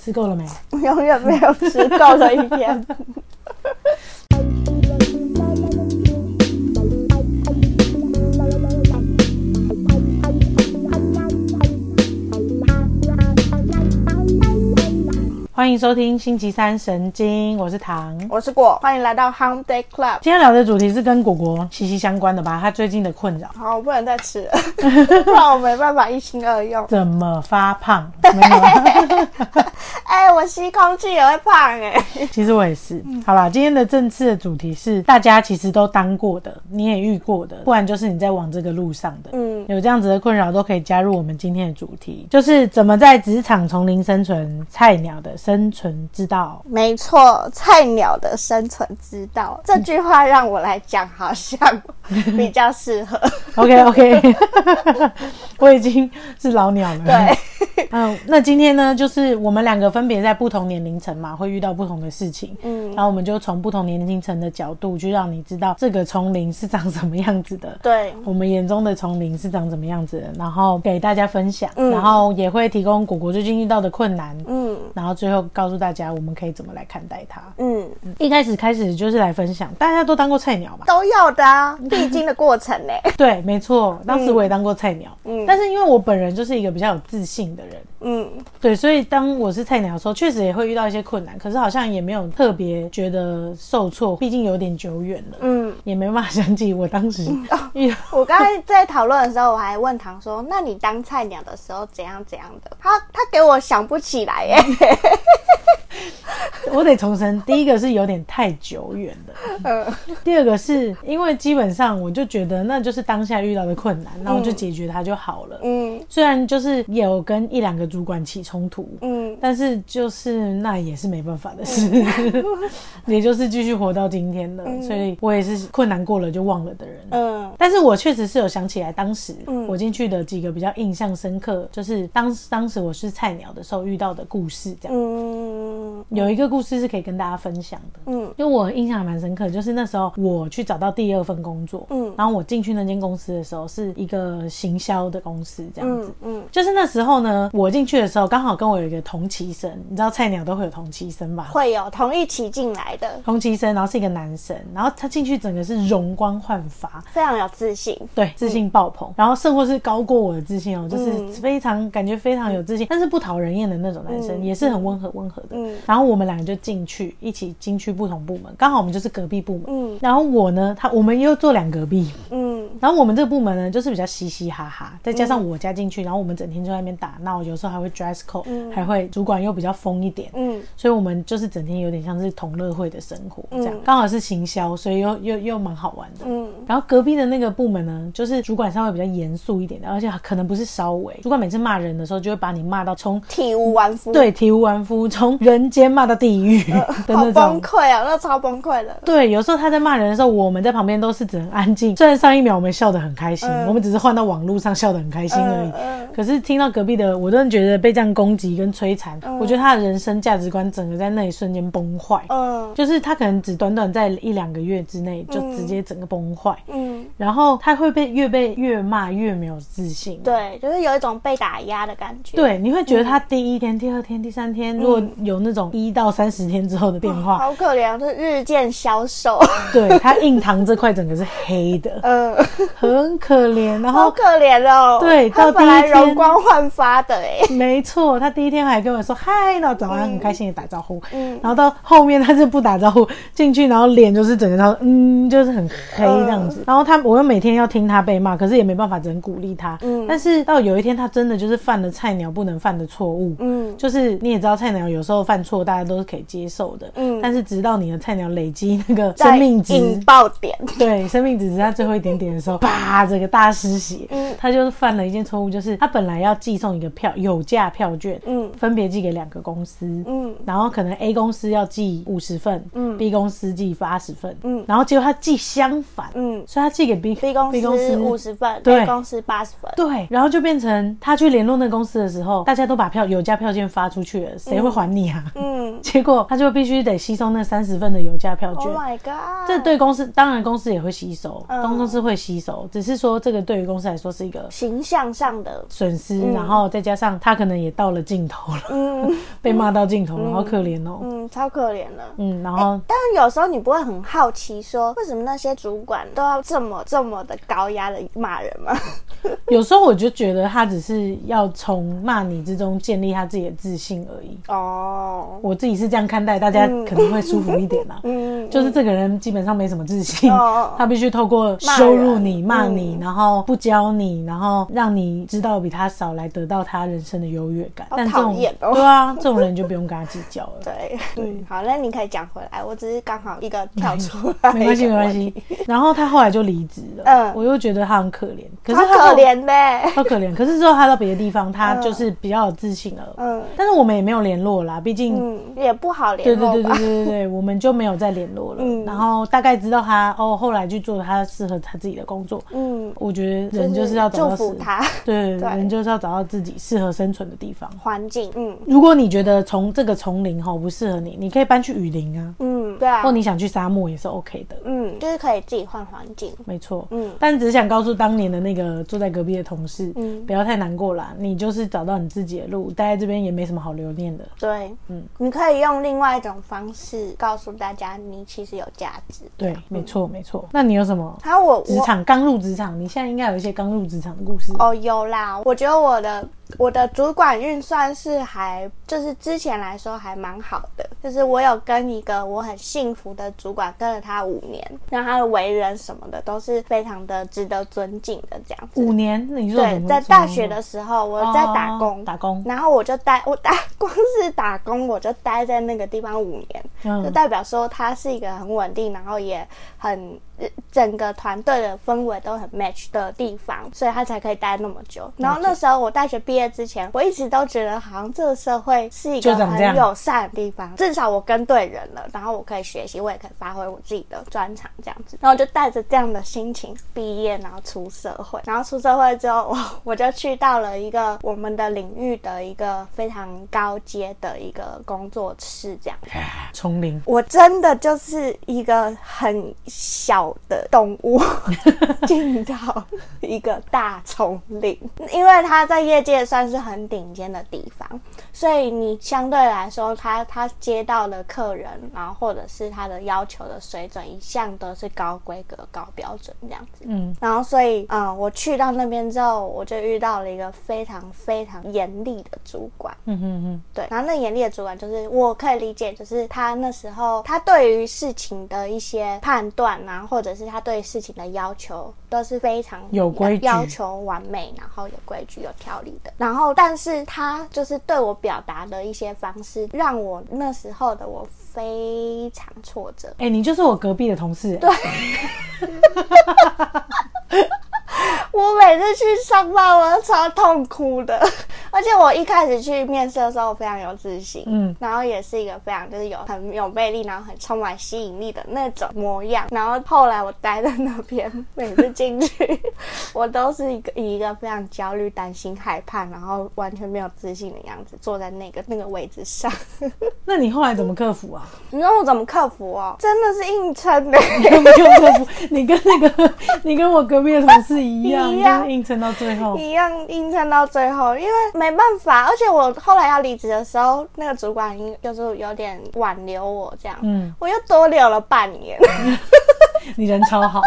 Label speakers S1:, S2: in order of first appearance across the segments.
S1: 吃够了没？
S2: 永远没有吃够的一天。
S1: 欢迎收听星期三神经，我是唐。
S2: 我是果，欢迎来到 Home Day Club。
S1: 今天聊的主题是跟果果息息相关的吧？他最近的困扰，
S2: 好，我不能再吃 了，不然我没办法一心二用。
S1: 怎么发 胖？没有啊
S2: 哎、我吸空气也会胖哎、
S1: 其实我也是。
S2: 嗯
S1: 好啦，今天的正式的主题是大家其实都当过的，你也遇过的，不然就是你在往这个路上的。
S2: 嗯，
S1: 有这样子的困扰，都可以加入我们今天的主题，就是怎么在职场丛林生存，菜鸟的生存之道。
S2: 没错，菜鸟的生存之道这句话让我来讲，好 像比较适 合。
S1: OK OK，我已经是老鸟了。
S2: 对，
S1: 嗯，那今天呢，就是我们两个分别在不同年龄层嘛，会遇到不同的事情，
S2: 嗯，
S1: 然后我们就从不同年龄层的角度，去让你知道这个丛林是长什么样子的。
S2: 对，
S1: 我们眼中的丛林是长什么样子的，然后给大家分享，
S2: 嗯
S1: 然后也会提供果果最近遇到的困难，
S2: 嗯
S1: 然后最后告诉大家我们可以怎么来看待它。
S2: 嗯，
S1: 一开始开始就是来分享，大家都当过菜鸟嘛，
S2: 都要的、 啊，必经的过程欸呢、
S1: 对，没错，当时我也当过菜鸟，
S2: 嗯
S1: 但是因为我本人就是一个比较有自信的人，
S2: 嗯
S1: 对，所以当我是菜鸟的时候，确实也会遇到一些困难，可是好像也没有特别觉得受挫，毕竟有点久远了，
S2: 嗯。
S1: 也没办法想起我当时遇到。
S2: 我刚才在讨论的时候，我还问唐说：“那你当菜鸟的时候怎样怎样的？”他他给我想不起 来耶。
S1: 我得重申，第一个是有点太久远了，
S2: 嗯
S1: 第二个是因为基本上我就觉得那就是当下遇到的困难，然后我就解决它就好了。
S2: 嗯
S1: 虽然就是也有跟一两个主管起冲突，
S2: 嗯
S1: 但是就是那也是没办法的事， 也就是继续活到今天了。所以我也是困难过了就忘了的人。啊
S2: 嗯
S1: 但是我确实是有想起来，当时
S2: 嗯
S1: 我进去的几个比较印象深刻，就是当当时我是菜鸟的时候遇到的故事，这样
S2: 嗯
S1: 有一个故事是可以跟大家分享的。
S2: 嗯
S1: 因为我印象还蛮深刻，就是那时候我去找到第二份工作，
S2: 嗯
S1: 然后我进去那间公司的时候是一个行销的公司，这样子。
S2: 嗯嗯，
S1: 就是那时候呢，我进去的时候刚好跟我有一个同期生，你知道菜鸟都会有同期生吧？
S2: 会有同一起进来的，
S1: 同期生，然后是一个男生，然后他进去整个是容光焕发，
S2: 非常有自信。
S1: 对，自信爆棚，然后甚或是高过我的自信哦，就是
S2: 嗯
S1: 非常感觉非常有自信，但是不讨人厌的那种男生，
S2: 嗯
S1: 也是很温和温和的。
S2: 嗯
S1: 然后我们两个就进去，一起进去不同部门，刚好我们就是隔壁部门。
S2: 嗯
S1: 然后我呢，他我们又坐两隔壁，
S2: 嗯
S1: 然后我们这个部门呢，就是比较嘻嘻哈哈，再加上我家进去，然后我们整天就在那边打闹，有时候还会 dress code，、还会主管又比较疯一点，
S2: 嗯
S1: 所以我们就是整天有点像是同乐会的生活这样，
S2: 嗯
S1: 刚好是行销，所以又又又蛮好玩的。
S2: 嗯
S1: 然后隔壁的那个部门呢，就是主管稍微比较严肃一点的，而且可能不是稍微，主管每次骂人的时候就会把你骂到从
S2: 体无完肤，，
S1: 对体无完肤，从人间骂到地 狱的
S2: 呃好
S1: 那种
S2: 崩。溃啊，那超崩溃的。
S1: 对，有时候他在骂人的时候，我们在旁边都是只能安静。虽然上一秒我们笑得很开心，
S2: 嗯
S1: 我们只是换到网络上笑得很开心而已。
S2: 嗯
S1: 可是听到隔壁的，我真的觉得被这样攻击跟摧残，
S2: 呃
S1: 我觉得他的人生价值观整个在那一瞬间崩坏。
S2: 嗯
S1: 就是他可能只短短在一两个月之内就
S2: 嗯
S1: 直接整个崩坏，
S2: 嗯，
S1: 然后他会被越被越骂越没有自信。
S2: 对，就是有一种被打压的感觉。
S1: 对，你会觉得他第一天、第二天、第三天，如果有那种一到三十天之后的变化，
S2: 好可怜，就是日渐消瘦。
S1: 对他印堂这块整个是黑的，
S2: 嗯。
S1: 很可怜。然
S2: 好
S1: 后
S2: 可怜哦。
S1: 对
S2: 他
S1: 到第一
S2: 本来
S1: 天
S2: 容光焕发的哎。
S1: 没错，他第一天还跟我说嗨，那早安，很开心的打招呼。
S2: 嗯
S1: 然后到后面他是不打招呼进去，然后脸就是整个然后嗯，就是很黑这样
S2: 嗯
S1: 子。然后他我又每天要听他被骂，可是也没办法，只能鼓励他。
S2: 嗯
S1: 但是到有一天他真的就是犯了菜鸟不能犯的错误。
S2: 嗯
S1: 就是你也知道，菜鸟有时候犯错，大家都是可以接受的。
S2: 嗯
S1: 但是直到你的菜鸟累积那个
S2: 在
S1: 生命值，
S2: 引爆点。
S1: 对，生命只剩下最后一点点的 时候，啪，这个大失血。
S2: 嗯
S1: 他就是犯了一件错误，就是他本来要寄送一个票有价票券，
S2: 嗯
S1: 分别寄给两个公司。
S2: 嗯
S1: 然后可能 A 公司要寄五十份，
S2: 嗯
S1: b 公司寄八十份，
S2: 嗯
S1: 然后结果他寄相反，
S2: 嗯
S1: 所以他寄给 B
S2: B 公
S1: B 公司
S2: 司五十分
S1: 对
S2: ，A 公司八十分，
S1: 对，然后就变成他去联络那公司的时候，大家都把票有价票券发出去了，谁会还你啊？
S2: 嗯
S1: 结果他就必须得吸收那三十份的有价票
S2: ，Oh
S1: 券。
S2: my god，
S1: 这对公司当然公司也会吸收，
S2: 嗯
S1: 公司会吸收，只是说这个对于公司来说是一个
S2: 形象上的，
S1: 损失，然后再加上他可能也到了尽头了，
S2: 嗯
S1: 被骂到尽头了，好可怜哦。
S2: 嗯，超可怜的。
S1: 嗯，然后
S2: 但有时候你不会很好奇说，为什么那些主管都要这么这么的高压的骂人 吗？
S1: 有时候我就觉得他只是要从骂你之中建立他自己的自信而已。
S2: 哦，
S1: 我自己是这样看待，大家
S2: 嗯
S1: 可能会舒服一点啊啦、
S2: 嗯，
S1: 就是这个人基本上没什么自信，
S2: 哦嗯
S1: 他必须透过羞辱你、骂你，然后不教你，然后让你知道比他少，来得到他人生的优越感。
S2: 好
S1: 但这种
S2: 讨厌哦
S1: 对啊，这种人就不用跟他计较了。
S2: 对，嗯，好，那你可以讲回来，我只是刚好一个跳出来，
S1: 没关系，没关，系。然后他后来就离职了，
S2: 嗯
S1: 我又觉得他很可怜，可
S2: 超
S1: 是他
S2: 可
S1: 后，
S2: 怜呗，
S1: 好可怜。可是之后他到别的地方，他就是比较有自信了。
S2: 嗯
S1: 但是我们也没有联络啦，毕竟
S2: 嗯，也不好
S1: 对
S2: 联
S1: 对
S2: 络
S1: 对对
S2: 吧，
S1: 对对对，我们就没有再联络了。
S2: 嗯
S1: 然后大概知道他哦，后来去做他适合他自己的工作。
S2: 嗯，
S1: 我觉得人就是要找
S2: 祝
S1: 到
S2: 福
S1: 适，
S2: 他
S1: 对，
S2: 对
S1: 人就是要找到自己适合生存的地方。
S2: 环境，嗯
S1: 如果你觉得从这个丛林哈不适合你，你可以搬去雨林啊，
S2: 嗯，对啊
S1: 或，你想去沙漠也是 OK 的，
S2: 嗯，就是可以自己换环境，
S1: 没错。
S2: 嗯
S1: 但只想告诉当年的那个坐在隔壁的同事，
S2: 嗯
S1: 不要太难过啦，你就是找到你自己的路，待在这边也没什么好留念的。
S2: 对，
S1: 嗯
S2: 嗯，你可以用另外一种方式告诉大家，你其实有价值。
S1: 对，没错没错。那你有什么
S2: 还有我
S1: 职
S2: 嗯我
S1: 场刚入职场，你现在应该有一些刚入职场的故事。
S2: 哦，有啦，我觉得我的我的主管运算是还就是之前来说还蛮好的，就是我有跟一个我很幸福的主管跟了他五年，那他的为人什么的都是非常的值得尊敬的这样
S1: 五
S2: 子。
S1: 年，哦你说
S2: 对，在大学的时候我在打工，
S1: 哦打工，
S2: 然后我就待我打 光是打工我就待在那个地方五年，就
S1: 嗯，
S2: 代表说他是一个很稳定，然后也很呃整个团队的氛围都很 match 的地方，所以他才可以待那么久。然后那时候我大学毕业之前，我一直都觉得好像这个社会是一
S1: 就
S2: 个
S1: 长这样
S2: 很友善的地方，至少我跟对人了，然后我可以学习，我也可以发挥我自己的专长这样子。然后我就带着这样的心情毕业，然后出社会，然后出社会之后，我 我就去到了一个我们的领域的一个非常高阶的一个工作室这样。
S1: 丛林，
S2: 我真的就是一个很小的动物， 进到一个大丛林，因为它在业界算是很顶尖的地方，所以你相对来说，他他接到的客人，然后或者是他的要求的水准，一向都是高规格、高标准这样子。
S1: 嗯，
S2: 然后所以，嗯，我去到那边之后，我就遇到了一个非常非常严厉的主管。
S1: 嗯哼哼，
S2: 对，然后那严厉的主管就是我可以理解，就是他那时候他对于事情的一些判断啊，或者是他对事情的要求都是非常
S1: 有规矩
S2: 要求完美，然后有规矩、有条理的。然后，但是他就是对我表达的一些方式，让我那时候的我非常挫折。
S1: 哎、你就是我隔壁的同事、哎对，
S2: 我每次去上班，我都超痛苦的。 而且我一开始去面试的时候，我非常有自信，
S1: 嗯
S2: 嗯，然后也是一个非常就是有很有魅力，然后很充满吸引力的那种模样。然后后来我待在那边，每次进去， 我都是一个以一个非常焦虑、担心、害怕，然后完全没有自信的样子坐在那个那个位置上。
S1: 那你后来怎么克服啊？
S2: 你让我怎么克服哦？真的是硬撑欸的。
S1: 你根本就克服，你跟那个，你跟我隔壁的同事一样，
S2: 一样
S1: 就是硬撑到最后。
S2: 一样硬撑到最后，因为没办法，而且我后来要离职的时候，那个主管已经就是有点挽留我这样，
S1: 嗯，
S2: 我又多留了半年，
S1: 你人超好，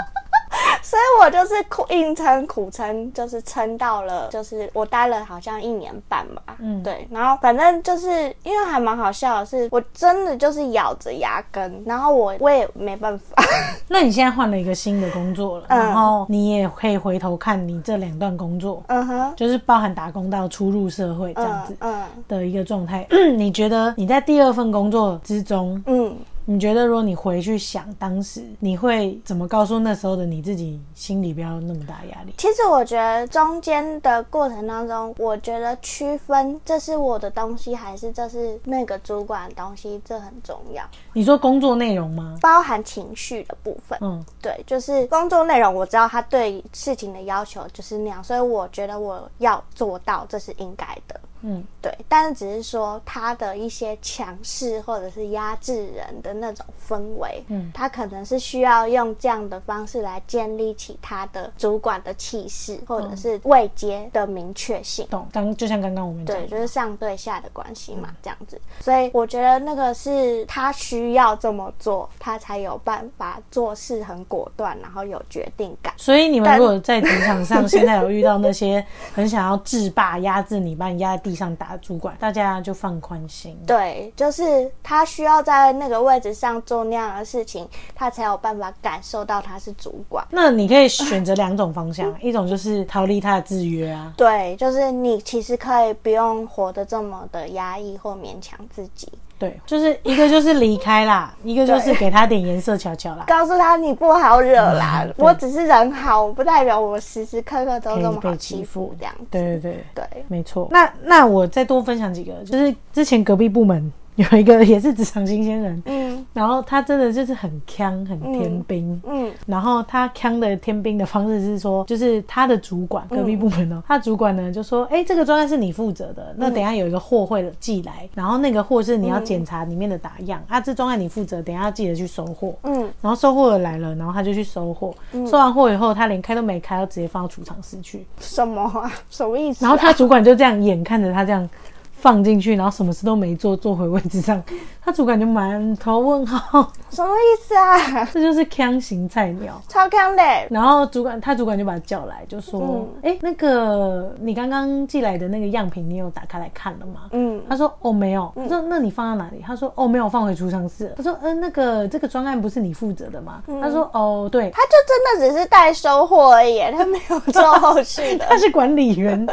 S2: 所以我就是苦硬撑苦撑，就是撑到了，就是我待了好像一年半吧，
S1: 嗯
S2: 对，然后反正就是因为还蛮好笑的是，我真的就是咬着牙根，然后我我也没办法，
S1: 那你现在换了一个新的工作了，
S2: 嗯
S1: 然后你也可以回头看你这两段工作，
S2: 嗯哼，
S1: 就是包含打工到出入社会这样子
S2: 嗯嗯
S1: 的一个状态。你觉得你在第二份工作之中，
S2: 嗯，
S1: 你觉得如果你回去想当时，你会怎么告诉那时候的你自己，心里不要那么大压力？
S2: 其实我觉得中间的过程当中，我觉得区分这是我的东西还是这是那个主管的东西，这很重要，
S1: 你说工作内容吗？
S2: 包含情绪的部分。
S1: 嗯，
S2: 对，就是工作内容，我知道他对事情的要求就是那样，所以我觉得我要做到，这是应该的。
S1: 嗯，
S2: 对，但是只是说他的一些强势或者是压制人的那种氛围，
S1: 嗯
S2: 他可能是需要用这样的方式来建立起他的主管的气势，或
S1: 嗯
S2: 者是位阶的明确性。
S1: 懂。刚就像刚刚我们讲
S2: 对，
S1: 的，
S2: 就是上对下的关系嘛，这样子。所以我觉得那个是他需要这么做，他才有办法做事很果断，然后有决定感。
S1: 所以你们
S2: 但
S1: 如果在职场上 现在有遇到那些很想要制霸、压制你、把你压在地上打的主管，大家就放宽心。
S2: 对，就是他需要在那个位置上做那样的事情，他才有办法感受到他是主管。
S1: 那你可以选择两种方向，一种就是逃离他的制约啊，
S2: 对，就是你其实可以不用活得这么的压抑或勉强自己，
S1: 对，就是一个就是离开啦，一个就是
S2: 对
S1: 给他点颜色瞧瞧 啦。
S2: 告诉他你不好惹啦
S1: 嗯，对
S2: 我只是人好，不代表我时时刻刻都
S1: 可以
S2: 这么好
S1: 被欺
S2: 欺负
S1: 负
S2: 这样子。
S1: 对对对，
S2: 对
S1: 没错。那那我再多分享几个，就是之前隔壁部门有一个也 是职场新鲜人，
S2: 嗯
S1: 然后他真的就是很强，很天兵。
S2: 嗯
S1: 然后他呛的天兵的方式是说，就是他的主管隔壁部门哦，他主管呢就说，哎，这个专案是你负责的，那等一下有一个货会寄来，然后那个货是你要检查里面的打样、啊，这专案你负责，等一下要记得去收货。
S2: 嗯
S1: 然后收货的来了，然后他就去收货，收完货以后他连开都没开，他直接放到储藏室去。
S2: 什么啊？ 什么意思啊、
S1: 然后他主管就这样眼看着他这样放进去，然后什么事都没做，坐回位置上，他主管就满头问号，
S2: 什么意思啊？
S1: 这就是腔型菜鸟。
S2: 超康的，
S1: 然后主管他主管就把他叫来，就说
S2: 嗯：“
S1: 哎、那个你刚刚寄来的那个样品，你有打开来看了吗？”
S2: 嗯
S1: 他说：“哦，没有。”他说：“那你放到哪里？”他说：“哦，没有，放回储藏室了。”他说：“嗯、那个这个专案不是你负责的吗？”他说：“哦，对，
S2: 嗯他就真的只是带收获而已，他没有做后续 的
S1: 他。是管理员，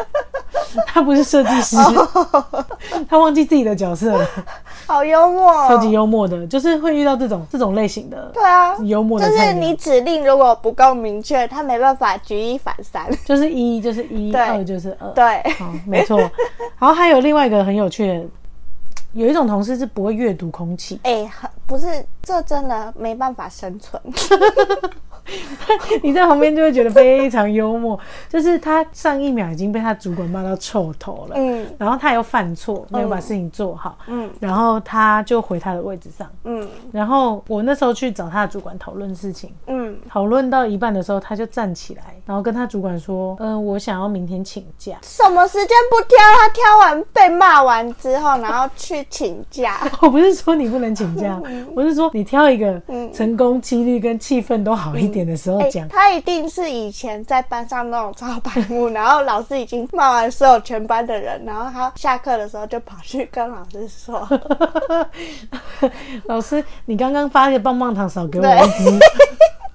S1: 他不是设计师，
S2: 哦
S1: 他忘记自己的角色了，
S2: 好幽默、哦，
S1: 超级幽默的，就是会遇到这种这种类型的
S2: 对啊，
S1: 幽默的
S2: 就
S1: 菜
S2: 是
S1: 鸟
S2: 你指令如果不够明确，他没办法举一反 三。
S1: 就是一就是一，
S2: 对
S1: 二就是二，
S2: 对，，
S1: 好，哦没错。然后还有另外一个很有趣的，有一种同事是不会阅读空气
S2: 哎、很不是，这真的没办法生存。
S1: 你在旁边就会觉得非常幽默，就是他上一秒已经被他主管骂到臭头了，
S2: 嗯
S1: 然后他又犯错，没有把事情做好，
S2: 嗯
S1: 然后他就回他的位置上。
S2: 嗯
S1: 然后我那时候去找他的主管讨论事情，
S2: 嗯，
S1: 讨论到一半的时候，他就站起来，然后跟他主管说：“嗯、我想要明天请假。”
S2: 什么时间不挑？他挑完被骂完之后，然后去请假。
S1: 我不是说你不能请假，我是说你挑一个
S2: 嗯
S1: 成功几率跟气氛都好一点的时候
S2: 哎、
S1: 讲。
S2: 他一定是以前在班上那种超白 目，然后老师已经骂完所有全班的人，然后他下课的时候就跑去跟老师说，
S1: 老师，你刚刚发的棒棒糖少给我
S2: 对
S1: 一支。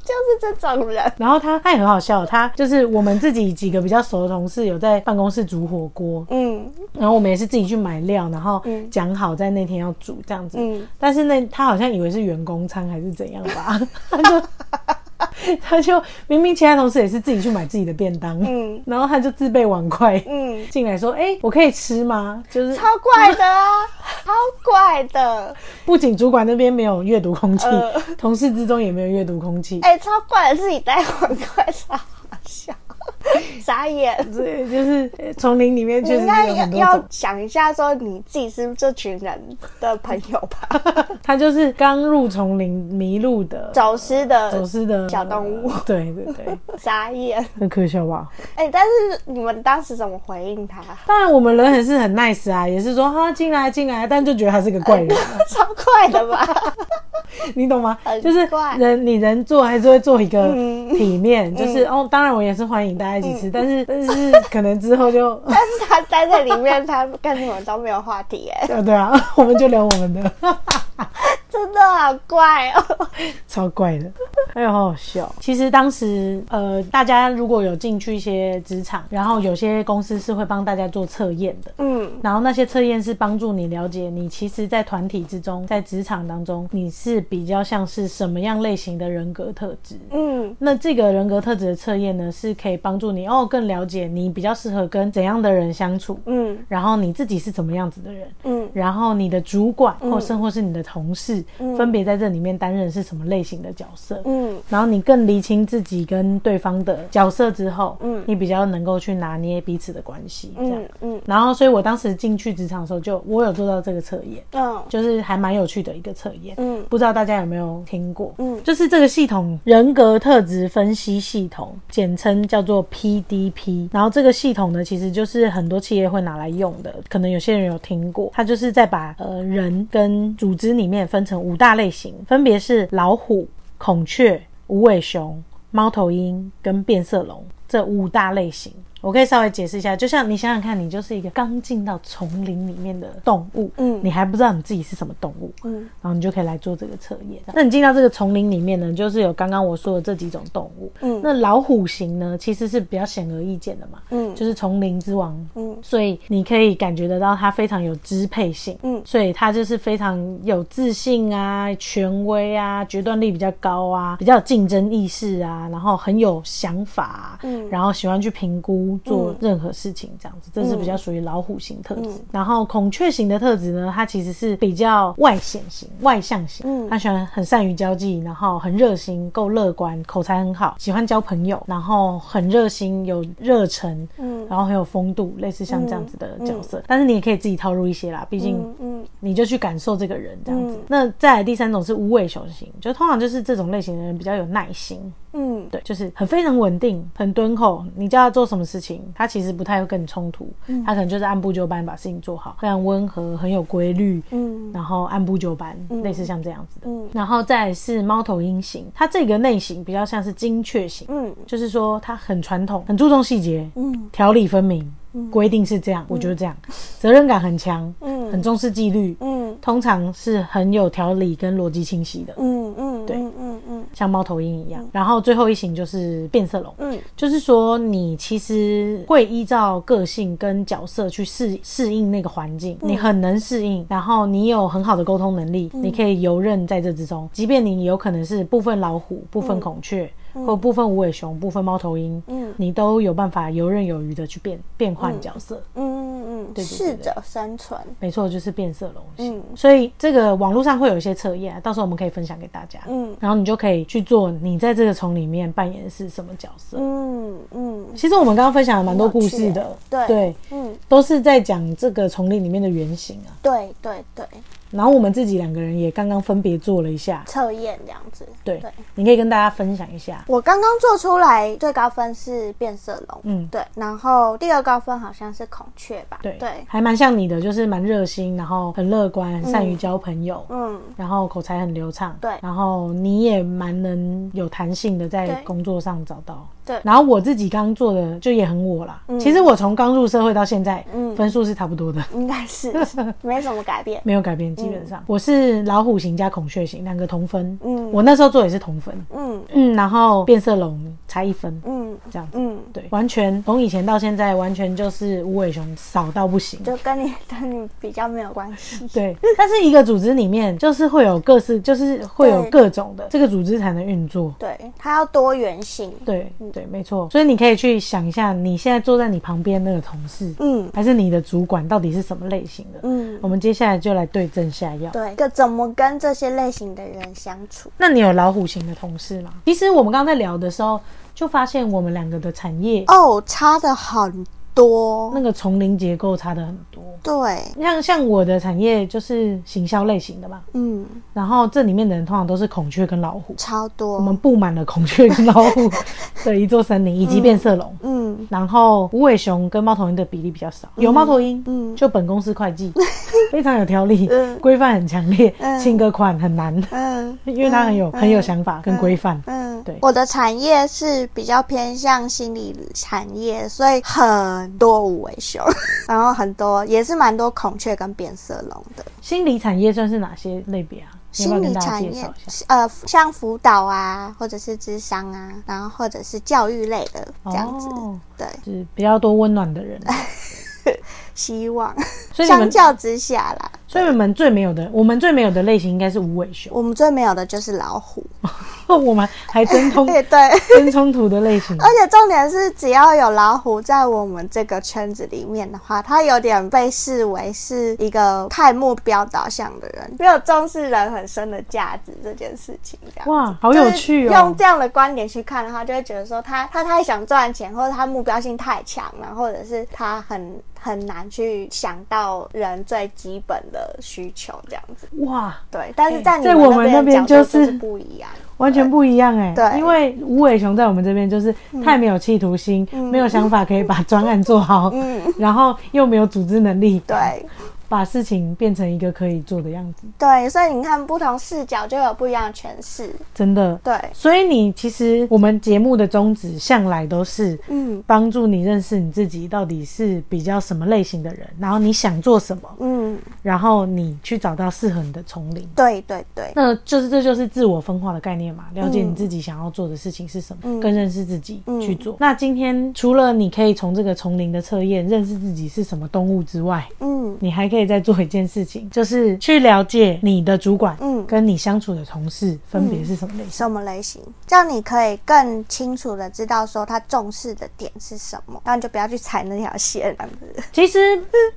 S2: 就是这种人。
S1: 然后他他也很好笑，他就是我们自己几个比较熟的同事有在办公室煮火锅，
S2: 嗯
S1: 然后我们也是自己去买料，然后
S2: 嗯
S1: 讲好在那天要煮这样子。
S2: 嗯，
S1: 但是那他好像以为是员工餐还是怎样吧， 他就他就明明其他同事也是自己去买自己的便当，
S2: 嗯
S1: 然后他就自备碗筷，
S2: 嗯，
S1: 进来说：“哎、我可以吃吗？”就是
S2: 超怪的啊，超怪的，
S1: 不仅主管那边没有阅读空气，
S2: 呃
S1: 同事之中也没有阅读空气，
S2: 哎、超怪的，自己带碗筷，超好 笑，傻眼。
S1: 这就是呃丛林里面
S2: 你
S1: 确实
S2: 应该
S1: 有很多
S2: 要
S1: 种
S2: 要。想一下，说你自己是这群人的朋友吧，
S1: 他就是刚入丛林迷路的
S2: 走失
S1: 走
S2: 的
S1: 失的
S2: 呃
S1: 呃
S2: 小动物，
S1: 对对对，
S2: 傻眼。
S1: 很可笑吧？
S2: 哎、但是你们当时怎么回应他？
S1: 当然我们人也是很 nice 啊，也是说哈进来进来，但就觉得他是个怪人，
S2: 超快的吧？
S1: 你懂吗？
S2: 呃很
S1: 就是
S2: 怪
S1: 人你人做还是会做一个
S2: 嗯
S1: 体面，就是哦，当然我也是欢迎大家一起吃，但是但是可能之后就。
S2: 但是他待在里面，他跟你们都没有话题耶、
S1: 啊对对啊，我们就聊我们的。
S2: 真的好怪哦。
S1: 超怪的，哎呦，好好笑。其实当时，呃，大家如果有进去一些职场，然后有些公司是会帮大家做测验的，
S2: 嗯，
S1: 然后那些测验是帮助你了解你其实，在团体之中，在职场当中，你是比较像是什么样类型的人格特质。
S2: 嗯，
S1: 那这个人格特质的测验呢，是可以帮助你哦更了解你比较适合跟怎样的人相处，
S2: 嗯，
S1: 然后你自己是怎么样子的人，
S2: 嗯，
S1: 然后你的主管或甚或是你的同事，分别在这里面担任是什么类型的角色。
S2: 嗯，
S1: 然后你更厘清自己跟对方的角色之后，
S2: 嗯
S1: 你比较能够去拿捏彼此的关系，这样。
S2: 嗯，嗯，
S1: 然后，所以我当时进去职场的时候就，我有做到这个测验，
S2: 嗯，
S1: 就是还蛮有趣的一个测验。
S2: 嗯，
S1: 不知道大家有没有听过？
S2: 嗯
S1: 就是这个系统人格特质分析系统，简称叫做 PDP。然后这个系统呢，其实就是很多企业会拿来用的，可能有些人有听过。它就是在把呃人跟组织里面分成五大类型，分别是老虎、孔雀、无尾熊、猫头鹰跟变色龙这五大类型。我可以稍微解释一下，就像你想想看，你就是一个刚进到丛林里面的动物，
S2: 嗯
S1: 你还不知道你自己是什么动物，
S2: 嗯，
S1: 然后你就可以来做这个测验。那你进到这个丛林里面呢，就是有刚刚我说的这几种动物。
S2: 嗯
S1: 那老虎型呢，其实是比较显而易见的嘛，
S2: 嗯
S1: 就是丛林之王，
S2: 嗯
S1: 所以你可以感觉得到它非常有支配性，
S2: 嗯
S1: 所以它就是非常有自信啊、权威啊、决断力比较高啊、比较有竞争意识啊，然后很有想法、啊，
S2: 嗯
S1: 然后喜欢去评估做任何事情这样子，这是比较属于老虎型特
S2: 嗯
S1: 质。然后孔雀型的特质呢，它其实是比较外显型、外向型，
S2: 嗯
S1: 他喜欢很善于交际，然后很热心、够乐观、口才很好，喜欢交朋友，然后很热心、有热忱，
S2: 嗯
S1: 然后很有风度，类似像这样子的角色。但是你也可以自己套入一些啦，毕竟
S2: 嗯嗯
S1: 你就去感受这个人这样子。那再来第三种是无尾熊型，就通常就是这种类型的人比较有耐心，
S2: 嗯
S1: 对，就是很非常稳定，很敦厚。你叫他做什么事情，他其实不太会跟你冲突，他可能就是按部就班把事情做好，非常温和，很有规律，
S2: 嗯
S1: 然后按部就班，类似像这样子的。
S2: 嗯
S1: 然后再来是猫头鹰型，它这个类型比较像是精确型，
S2: 嗯
S1: 就是说它很传统，很注重细节，
S2: 嗯
S1: 条理分明，规定是这样，我觉得这样，责任感很强，
S2: 嗯
S1: 很重视纪律，
S2: 嗯
S1: 通常是很有条理跟逻辑清晰的，
S2: 嗯嗯，对，嗯嗯
S1: 像猫头鹰一样。然后最后一型就是变色龙，
S2: 嗯
S1: 就是说你其实会依照个性跟角色去适适应那个环境，
S2: 嗯
S1: 你很能适应，然后你有很好的沟通能力，你可以游刃在这之中，即便你有可能是部分老虎、部分孔雀。或部分无尾熊、部分猫头鹰，
S2: 嗯
S1: 你都有办法游刃有余的去变变换角色。
S2: 嗯嗯嗯，适者生存，
S1: 没错，就是变色龙型。
S2: 嗯
S1: 所以这个网络上会有一些测验啊，到时候我们可以分享给大家。
S2: 嗯
S1: 然后你就可以去做你在这个丛里面扮演的是什么角色。
S2: 嗯嗯
S1: 其实我们刚刚分享了蛮多故事的，
S2: 很有趣耶对嗯，
S1: 都是在讲这个丛林里面的原型啊。
S2: 对对对，
S1: 然后我们自己两个人也刚刚分别做了一下，
S2: 测验这样子，
S1: 对，
S2: 对。
S1: 你可以跟大家分享一下。
S2: 我刚刚做出来最高分是变色龙，
S1: 嗯
S2: 对，然后第二高分好像是孔雀吧，
S1: 对
S2: 对，
S1: 还蛮像你的，就是蛮热心，然后很乐观，很善于交朋友，
S2: 嗯
S1: 然后口才很流畅，
S2: 对
S1: 然后你也蛮能有弹性的，在
S2: 对
S1: 工作上找到。
S2: 对
S1: 然后我自己刚做的就也很我啦。其实我从刚入社会到现在，
S2: 嗯
S1: 分数是差不多的，
S2: 应该是没什么改变，
S1: 没有改变，基本上、我是老虎型加孔雀型，两个同分。
S2: 嗯
S1: 我那时候做也是同分，
S2: 嗯
S1: 嗯，然后变色龙才一分，
S2: 嗯
S1: 这样子。
S2: 嗯，
S1: 对，完全从以前到现在，完全就是无尾熊少到不行。
S2: 就跟你跟你比较没有关 系，
S1: 对，但是一个组织里面就是会有各式，就是会有
S2: 对
S1: 各种的，这个组织才能运作。
S2: 对，它要多元性，
S1: 对对，没错。所以你可以去想一下，你现在坐在你旁边那个同事，
S2: 嗯
S1: 还是你的主管，到底是什么类型的？
S2: 嗯，
S1: 我们接下来就来对症下药。
S2: 对，就怎么跟这些类型的人相处，
S1: 那你有老虎型的同事吗？其实我们刚刚在聊的时候，就发现我们两个的产业
S2: 哦，差的很多
S1: 那，个丛林结构差的很多。
S2: 对，
S1: 像像我的产业就是行销类型的嘛，
S2: 嗯，
S1: 然后这里面的人通常都是孔雀跟老虎，
S2: 超
S1: 我
S2: 多，
S1: 们布满了孔雀跟老 虎的一座森林，以及变色龙。
S2: 嗯
S1: 然后无尾熊跟猫头鹰的比例比较少，有猫头鹰，
S2: 嗯
S1: 就本公司会计， 非常有条理，
S2: 嗯
S1: 规范很强烈，
S2: 嗯
S1: 请个款很难，
S2: 嗯。
S1: 因为他很有很有想法跟规范，
S2: 嗯，
S1: 对
S2: 我的产业是比较偏向心理产业，所以很多无尾熊， 然后很多也是蛮多孔雀跟变色龙的。
S1: 心理产业算是哪些类别啊？你要不要
S2: 心
S1: 跟
S2: 理
S1: 大家
S2: 产
S1: 介
S2: 业
S1: 绍一下？，
S2: 呃，像辅导啊，或者是智商啊，然后或者是教育类的这样子，
S1: 哦
S2: 对，
S1: 就是比较多温暖的人，啊
S2: 希望
S1: 所以你
S2: 相
S1: 们，
S2: 较之下啦，
S1: 所以你们最没有的，我们最没有的类型应该是无尾熊，
S2: 我们最没有的就是老虎，
S1: 我们还真冲
S2: 对呃对，而
S1: 真冲突的类型，
S2: 且重点是，只要有老虎在我们这个圈子里面的话，他有点被视为是一个太目标导向的人，没有重视人很深的价值这件事情，这样。
S1: 哇，好有趣
S2: 就是用
S1: 哦！
S2: 这样的观点去看的话，就会觉得说他他太想赚钱，或者他目标性太强了，或者是他很很难去想到人最基本的需求这样子。
S1: 哇，
S2: 对，但是在你
S1: 哎在我们那
S2: 那
S1: 边
S2: 边
S1: 就
S2: 就是是不一样。
S1: 完全不一样哎、
S2: 对
S1: 因为无尾熊在我们这边就是太没有企图心，没有想法可以把专案做好，
S2: 嗯，
S1: 然后又没有组织能力，，
S2: 对
S1: 把事情变成一个可以做的样子，
S2: 对，所以你看不同视角就有不一样的诠释。
S1: 真的。
S2: 对，
S1: 所以你其实我们节目的宗旨向来都是
S2: 嗯
S1: 帮助你认识你自己到底是比较什么类型的人，然后你想做什么，
S2: 嗯，
S1: 然后你去找到适合你的丛林。
S2: 对对对，
S1: 那就是这就是自我分化的概念嘛，了解
S2: 嗯
S1: 你自己想要做的事情是什么，
S2: 嗯
S1: 更认识自己
S2: 嗯
S1: 去做。那今天除了你可以从这个丛林的测验认识自己是什么动物之外，
S2: 嗯
S1: 你还可以再做一件事情，就是去了解你的主管
S2: 嗯。
S1: 跟你相处的同事分别是什么类型。
S2: 什么类型，这样你可以更清楚的知道说他重视的点是什么，然后你就不要去踩那条线，这样子
S1: 其实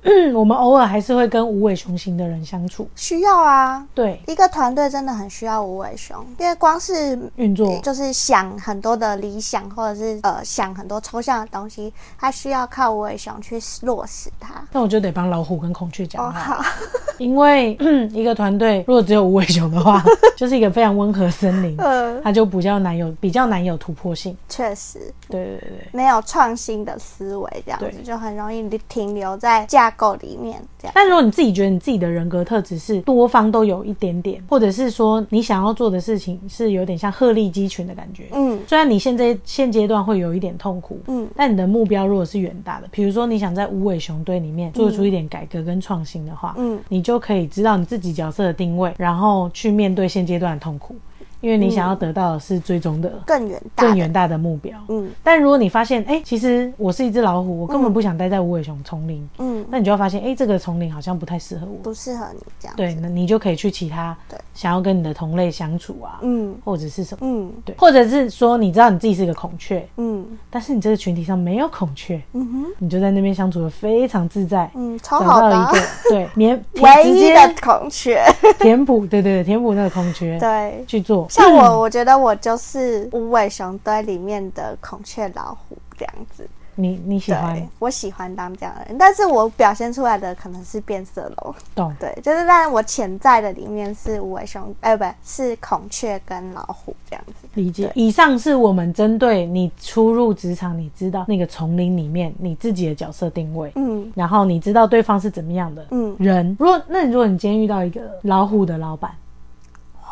S1: 嗯我们偶尔还是会跟无尾熊型的人相处，
S2: 需要啊。
S1: 对，
S2: 一个团队真的很需要无尾熊，因为光是嗯
S1: 运作
S2: 就是想很多的理想，或者是呃想很多抽象的东西，它需要靠无尾熊去落实它。
S1: 那我就得帮老虎跟孔雀讲
S2: 哦，
S1: 话，
S2: 好，
S1: 因为嗯一个团队如果只有无尾熊的话， 就是一个非常温和的森林，
S2: 呃，
S1: 它就比较难有比较难有突破性。
S2: 确实
S1: 对对对对。
S2: 没有创新的思维，这样
S1: 对
S2: 子就很容易停留在架构里面，这样。
S1: 但如果你自己觉得你自己的人格特质是多方都有一点点，或者是说你想要做的事情是有点像鹤立鸡群的感觉，
S2: 嗯
S1: 虽然你现在现阶段会有一点痛苦，
S2: 嗯
S1: 但你的目标如果是远大的，比如说你想在无尾熊堆里面做出一点改革跟创新的话，
S2: 嗯
S1: 你就可以知道你自己角色的定位，然后去面对现阶段的痛苦，因为你想要得到的是最终的
S2: 更远嗯大的，
S1: 更远大的目标。
S2: 嗯
S1: 但如果你发现，哎、其实我是一只老虎，我根本不想待在无尾熊丛林，
S2: 嗯，
S1: 那你就要发现，哎、这个丛林好像不太适合我。
S2: 不适合你这样。
S1: 对，那你就可以去其他
S2: 嗯对
S1: 想要跟你的同类相处啊，
S2: 嗯
S1: 或者是什么，
S2: 嗯
S1: 对，或者是说你知道你自己是个孔雀，
S2: 嗯
S1: 但是你这个群体上没有孔雀，
S2: 嗯哼，
S1: 你就在那边相处的非常自在，
S2: 嗯，超
S1: 找
S2: 好
S1: 到
S2: 的
S1: 一
S2: 啊、
S1: 个对免
S2: 唯
S1: 直
S2: 一
S1: 接
S2: 的孔雀。
S1: 填补，对对对，填补那个空缺
S2: 对，
S1: 去做。嗯
S2: 像我，我觉得我就是无尾熊堆里面的孔雀老虎这样子。
S1: 你你喜
S2: 对
S1: 欢，
S2: 我喜欢当这样的人，但是我表现出来的可能是变色龙。
S1: 懂
S2: 对，就是但我潜在的里面是无尾熊，哎、不是孔雀跟老虎这样子。
S1: 理解。以上是我们针对你初入职场，你知道那个丛林里面你自己的角色定位，
S2: 嗯
S1: 然后你知道对方是怎么样的
S2: 嗯
S1: 人。如果那你如果你今天遇到一个老虎的老板，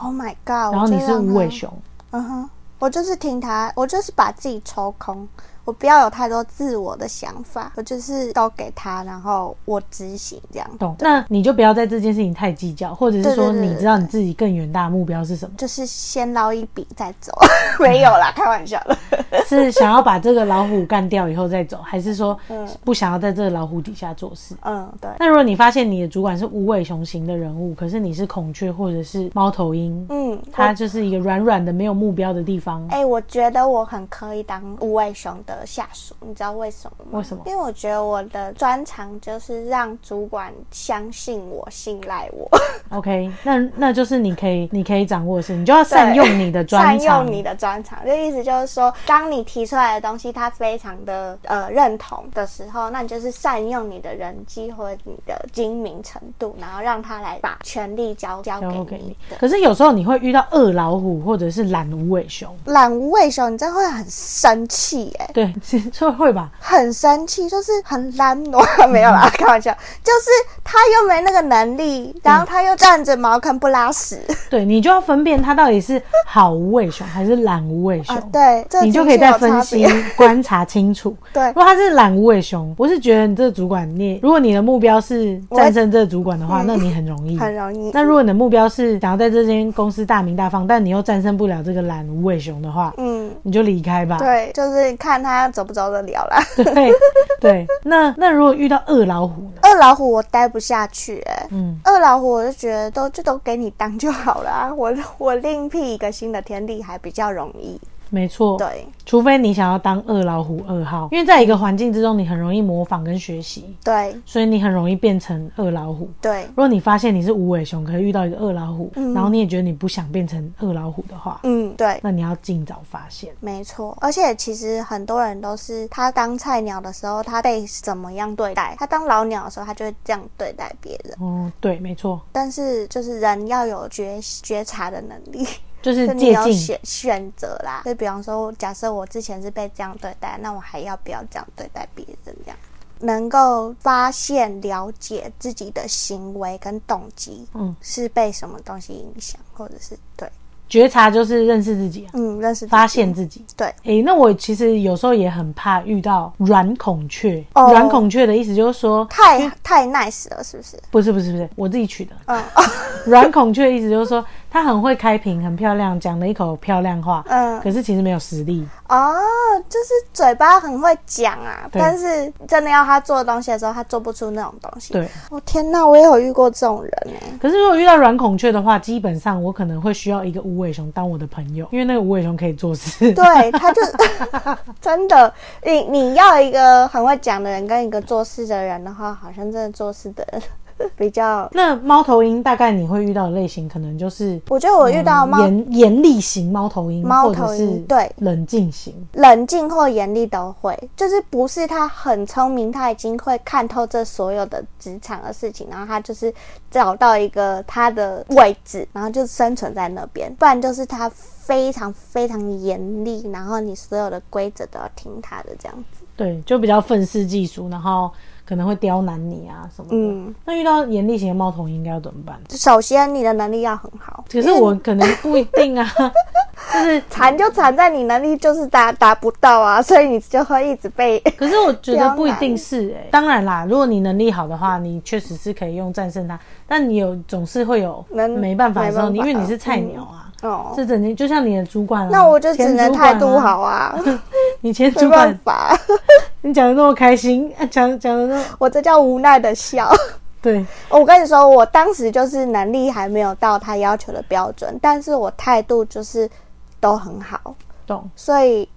S2: ，Oh my
S1: 然
S2: god！
S1: 后
S2: 我
S1: 你
S2: 就是让
S1: 无尾
S2: 他
S1: 熊，
S2: 嗯哼，我就是听他，我就是把自己抽空，我不要有太多自我的想法，我就是都给他，然后我执行这样。
S1: 懂？那你就不要在这件事情太计较，或者是
S2: 对对
S1: 说
S2: 对对
S1: 你知道你自己更远大的目标是什么。
S2: 就是先捞一笔再走， 没有啦，开玩笑的。
S1: 是想要把这个老虎干掉以后再走，还是说不想要在这个老虎底下做事？
S2: 嗯，对，
S1: 那如果你发现你的主管是无尾熊型的人物，可是你是孔雀或者是猫头鹰，
S2: 嗯，
S1: 它
S2: 我
S1: 就是一个软软的没有目标的地方。
S2: 哎、我觉得我很可以当无尾熊的下属，你知道为什么吗？
S1: 为什么
S2: 因为我觉得我的专长就是让主管相信我、信赖我，
S1: OK，那那就是你可以你可以掌握的事，你就要善用你的 专
S2: 善
S1: 长
S2: 用。你的专长，就意思就是说，当你提出来的东西他非常的呃认同的时候，那你就是善用你的人际或你的精明程度，然后让他来把权力交交
S1: 然后
S2: 给
S1: 给你
S2: 你的。
S1: 可是有时候你会遇到恶老虎或者是懒无尾熊，
S2: 懒无尾熊，你真的会很生气哎、
S1: 对对， 就会吧。
S2: 很生气，就是很懒惰， 没 有啦，开玩笑，就是他又没那个能力，然后他又占着茅坑不拉屎
S1: 对你就要分辨它到底是好无尾熊还是懒无尾熊。
S2: 啊，对，这
S1: 你就
S2: 的
S1: 可以
S2: 确有
S1: 再分
S2: 差
S1: 析
S2: 别
S1: 观察清楚。
S2: 对
S1: 如 果他是懒无尾熊，我是觉得你这个主管你，如果你的目标是战胜这个主管的话，那你很容易。
S2: 嗯很容易。
S1: 那如果你的目标是想要在这间公司大名大放，但你又战胜不了这个懒无尾熊的话，
S2: 嗯，
S1: 你就离开吧。
S2: 对，就是看他走不走得了啦。
S1: 对对，那那如果遇到恶老虎呢？
S2: 二老虎我待不下去、欸，
S1: 嗯，
S2: 二老虎我就觉得都就都给你当就好了、啊，我我另辟一个新的天地还比较容易。
S1: 没错，
S2: 对
S1: 除非你想要当恶老虎二号，因为在一个环境之中，你很容易模仿跟学习，
S2: 对
S1: 所以你很容易变成恶老虎。
S2: 对，
S1: 如果你发现你是无尾熊，可是遇到一个恶老虎，
S2: 嗯
S1: 然后你也觉得你不想变成恶老虎的话，
S2: 嗯对。
S1: 那你要尽早发现。
S2: 没错，而且其实很多人都是他当菜鸟的时候，他被怎么样对待；他当老鸟的时候，他就会这样对待别人。
S1: 哦，对，没错，
S2: 但是就是人要有觉觉察的能力，
S1: 就是
S2: 就你
S1: 借
S2: 要
S1: 镜。
S2: 选选择啦。就比方说，假设我之前是被这样对待，那我还要不要这样对待别人？这样能够发现、了解自己的行为跟动机，
S1: 嗯，
S2: 是被什么东西影响，或者是对，
S1: 觉察就是认识自己啊，
S2: 嗯，认识自己
S1: 发现自己。
S2: 对，
S1: 诶，那我其实有时候也很怕遇到软孔雀。
S2: 哦
S1: 软孔雀的意思就是说，
S2: 太太 nice 了，是不是？
S1: 不是不是不是，我自己取的。
S2: 嗯，
S1: 软孔雀的意思就是说，它很会开屏，很漂亮，讲了一口漂亮话，
S2: 嗯
S1: 可是其实没有实力。
S2: 哦，就是嘴巴很会讲啊，
S1: 对
S2: 但是真的要他做东西的时候，他做不出那种东西。，
S1: 对，
S2: 我、天哪，我也有遇过这种人哎、
S1: 可是如果遇到软孔雀的话，基本上我可能会需要一个无尾熊当我的朋友，因为那个无尾熊可以做事。
S2: 对，他就真的，你你要一个很会讲的人跟一个做事的人的话，好像真的做事的人 比较。
S1: 那猫头鹰大概你会遇到的类型，可能就是
S2: 我觉得我遇到
S1: 嗯
S2: 啊猫、
S1: 严严厉型猫头鹰，
S2: 猫
S1: 或
S2: 头
S1: 者是
S2: 鹰对
S1: 冷静型。
S2: 冷静或严厉都会，就是不是他很聪明，他已经会看透这所有的职场的事情，然后他就是找到一个他的位置，然后就生存在那边，不然就是他非常非常严厉，然后你所有的规则都要听他的这样子。
S1: 对，就比较愤世嫉俗，然后可能会刁难你啊什么的。
S2: 嗯
S1: 那遇到严厉型的猫头鹰应该要怎么办？
S2: 首先，你的能力要很好，
S1: 可是我可能不一定啊，就是，
S2: 缠就缠在你能力就是达达不到啊， 所以你就会一直被。
S1: 可是我觉
S2: 刁
S1: 得
S2: 难
S1: 不一定是哎、当然啦，如果你能力好的话，你确实是可以用战胜它，但你有总是会有
S2: 能
S1: 没办法的时候，
S2: 没
S1: 你因
S2: 办法
S1: 为你是菜鸟啊。
S2: 哦，
S1: 这整天就像你的主管、啊，
S2: 那我就只
S1: 前
S2: 能
S1: 主管啊
S2: 态度。好啊，
S1: 你前
S2: 没
S1: 主
S2: 办
S1: 管，
S2: 法，
S1: 你讲的那么开心，啊讲讲的那么
S2: 我这叫无奈的笑。
S1: 对，
S2: 我跟你说，我当时就是能力还没有到他要求的标准，但是我态度就是都很好，
S1: 懂
S2: 所以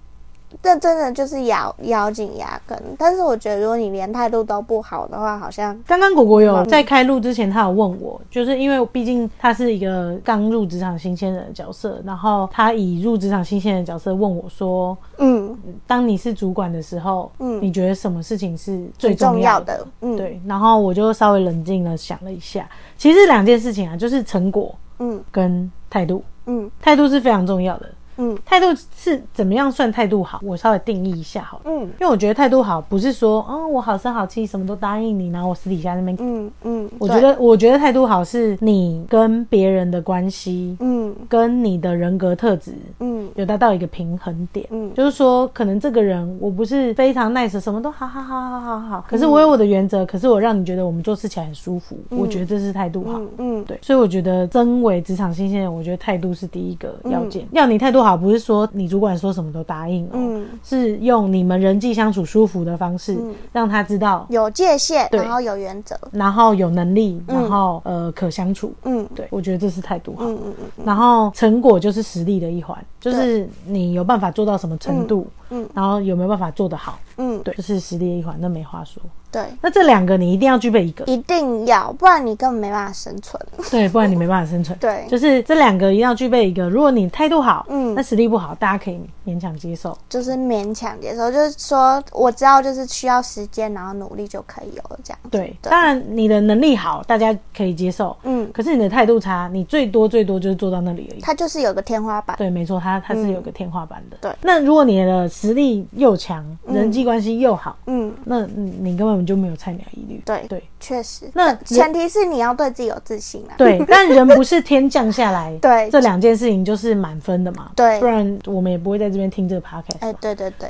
S2: 这真的就是咬咬紧牙根。但是我觉得，如果你连态度都不好的话，好像
S1: 刚刚果果有
S2: 嗯
S1: 在开录之前，他有问我，就是因为毕竟他是一个刚入职场新鲜人的角色，然后他以入职场新鲜人的角色问我说，
S2: 嗯
S1: 当你是主管的时候，
S2: 嗯
S1: 你觉得什么事情是最
S2: 很
S1: 重
S2: 重要
S1: 要
S2: 的，嗯
S1: 对，然后我就稍微冷静了想了一下，其实两件事情啊，就是成果
S2: 嗯
S1: 跟态度，
S2: 嗯
S1: 态度是非常重要的。
S2: 嗯
S1: 态度是怎么样算态度好？我稍微定义一下好了，
S2: 嗯
S1: 因为我觉得态度好不是说，嗯，我好声好气，什么都答应你，然后我私底下那边
S2: 嗯嗯，
S1: 我觉
S2: 对
S1: 得，我觉得态度好是你跟别人的关系，
S2: 嗯
S1: 跟你的人格特质
S2: 嗯
S1: 有达到一个平衡点。
S2: 嗯
S1: 就是说，可能这个人我不是非常 nice，什么都好好好好好好，可是我有我的原则，可是我让你觉得我们做事起来很舒服，我觉得这是态度好。
S2: 嗯嗯
S1: 对，所以我觉得身为职场新鲜人，我觉得态度是第一个要件。要你态度好，不是说你主管说什么都答应哦，
S2: 嗯，
S1: 是用你们人际相处舒服的方式，让他知道，
S2: 有界限，
S1: 对
S2: 然后有原则，
S1: 然后有能力，然后、呃可相处。
S2: 嗯
S1: 对，我觉得这是态度好。
S2: 嗯嗯嗯
S1: 然后成果就是实力的一环，就是你有办法做到什么程度，
S2: 嗯嗯
S1: 然后有没有办法做得好，
S2: 嗯，
S1: 对，就是实力的一环，那没话说。
S2: 对，
S1: 那这两个你一定要具备一个，
S2: 一定要，不然你根本没办法生 存。
S1: 对，不然你没办法生存。
S2: 对
S1: 就是这两个一定要具备一个。如果你态度好，
S2: 嗯
S1: 那实力不好，大家可以勉强接受。
S2: 就是勉强接受，就是说我知道就是需要时间，然后努力就可以有了这样。
S1: 对，
S2: 对
S1: 当然你的能力好，大家可以接受。
S2: 嗯，
S1: 可是你的态度差，你最多最多就是做到那里而已。
S2: 它就是有个天花板。
S1: 对，没错，它它是有个天花板的。
S2: 嗯对
S1: 那如果你的实力又强，人际关系又好，
S2: 嗯，
S1: 那你根本就没有菜鸟疑虑。
S2: 对
S1: 对
S2: 确实。
S1: 那
S2: 前提是你要对自己有自信啊。
S1: 对，但人不是天降下来，
S2: 对
S1: 这两件事情就是满分的嘛。
S2: 对
S1: 不然我们也不会在这边听这个 podcast 嘛。
S2: 哎，对对 对，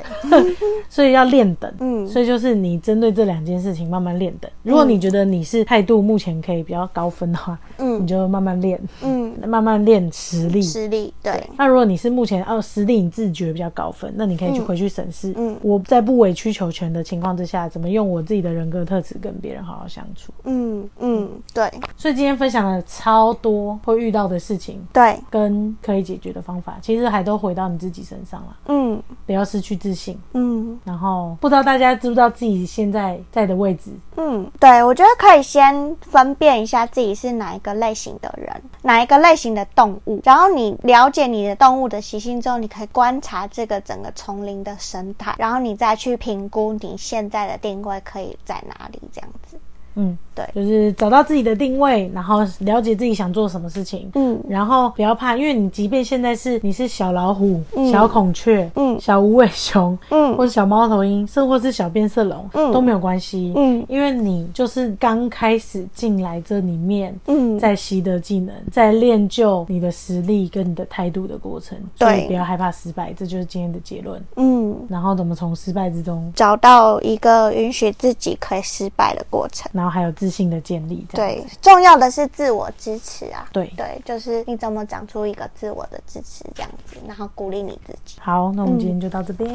S1: 所以要练等，
S2: 嗯
S1: 所以就是你针对这两件事情慢慢练等。如果你觉得你是态度目前可以比较高分的话，
S2: 嗯
S1: 你就嗯慢慢练，
S2: 嗯，
S1: 慢慢练实力。
S2: 实力对，
S1: 那如果你是目前哦实力你自觉比较高分，那你可以去
S2: 嗯
S1: 回去审视，
S2: 嗯
S1: 我在不委曲求全的情况之下，怎么用我自己的人格特质跟别人好好相处。
S2: 嗯嗯，对
S1: 所以今天分享了超多会遇到的事情
S2: 对，
S1: 跟可以解决的方法，其实还都回到你自己身上了，
S2: 嗯
S1: 不要失去自信。
S2: 嗯
S1: 然后不知道大家知不知道自己现在在的位置，
S2: 嗯，对，我觉得可以先分辨一下自己是哪一个类型的人，哪一个类型的动物，然后你了解你的动物的习性之后，你可以观察这个整个丛林的生态，然后你再去评估你现在的定位可以在哪里，这样子。
S1: 嗯，
S2: 对
S1: 就是找到自己的定位，然后了解自己想做什么事情，
S2: 嗯
S1: 然后不要怕，因为你即便现在是你是小老虎、
S2: 嗯
S1: 小孔雀、
S2: 嗯
S1: 小无尾熊，
S2: 嗯
S1: 或是小猫头鹰，甚或是小变色龙，
S2: 嗯
S1: 都没有关系，
S2: 嗯
S1: 因为你就是刚开始进来这里面。
S2: 嗯，
S1: 在习得技能，在练就你的实力跟你的态度的过程，所以
S2: 对
S1: 不要害怕失败，这就是今天的结论。
S2: 嗯。
S1: 然后怎么从失败之中，
S2: 找到一个允许自己可以失败的过程。
S1: 然后还有自信的建立，这样
S2: 对，重要的是自我支持啊。
S1: 对
S2: 对，就是你怎么长出一个自我的支持这样子，然后鼓励你自己。
S1: 好，那我们今天就到这边。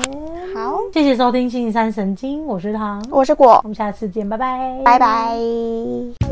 S2: 好，
S1: 谢谢收听《星期三神经》，我是唐，我
S2: 我是果，
S1: 们下次见，拜拜，
S2: 拜拜。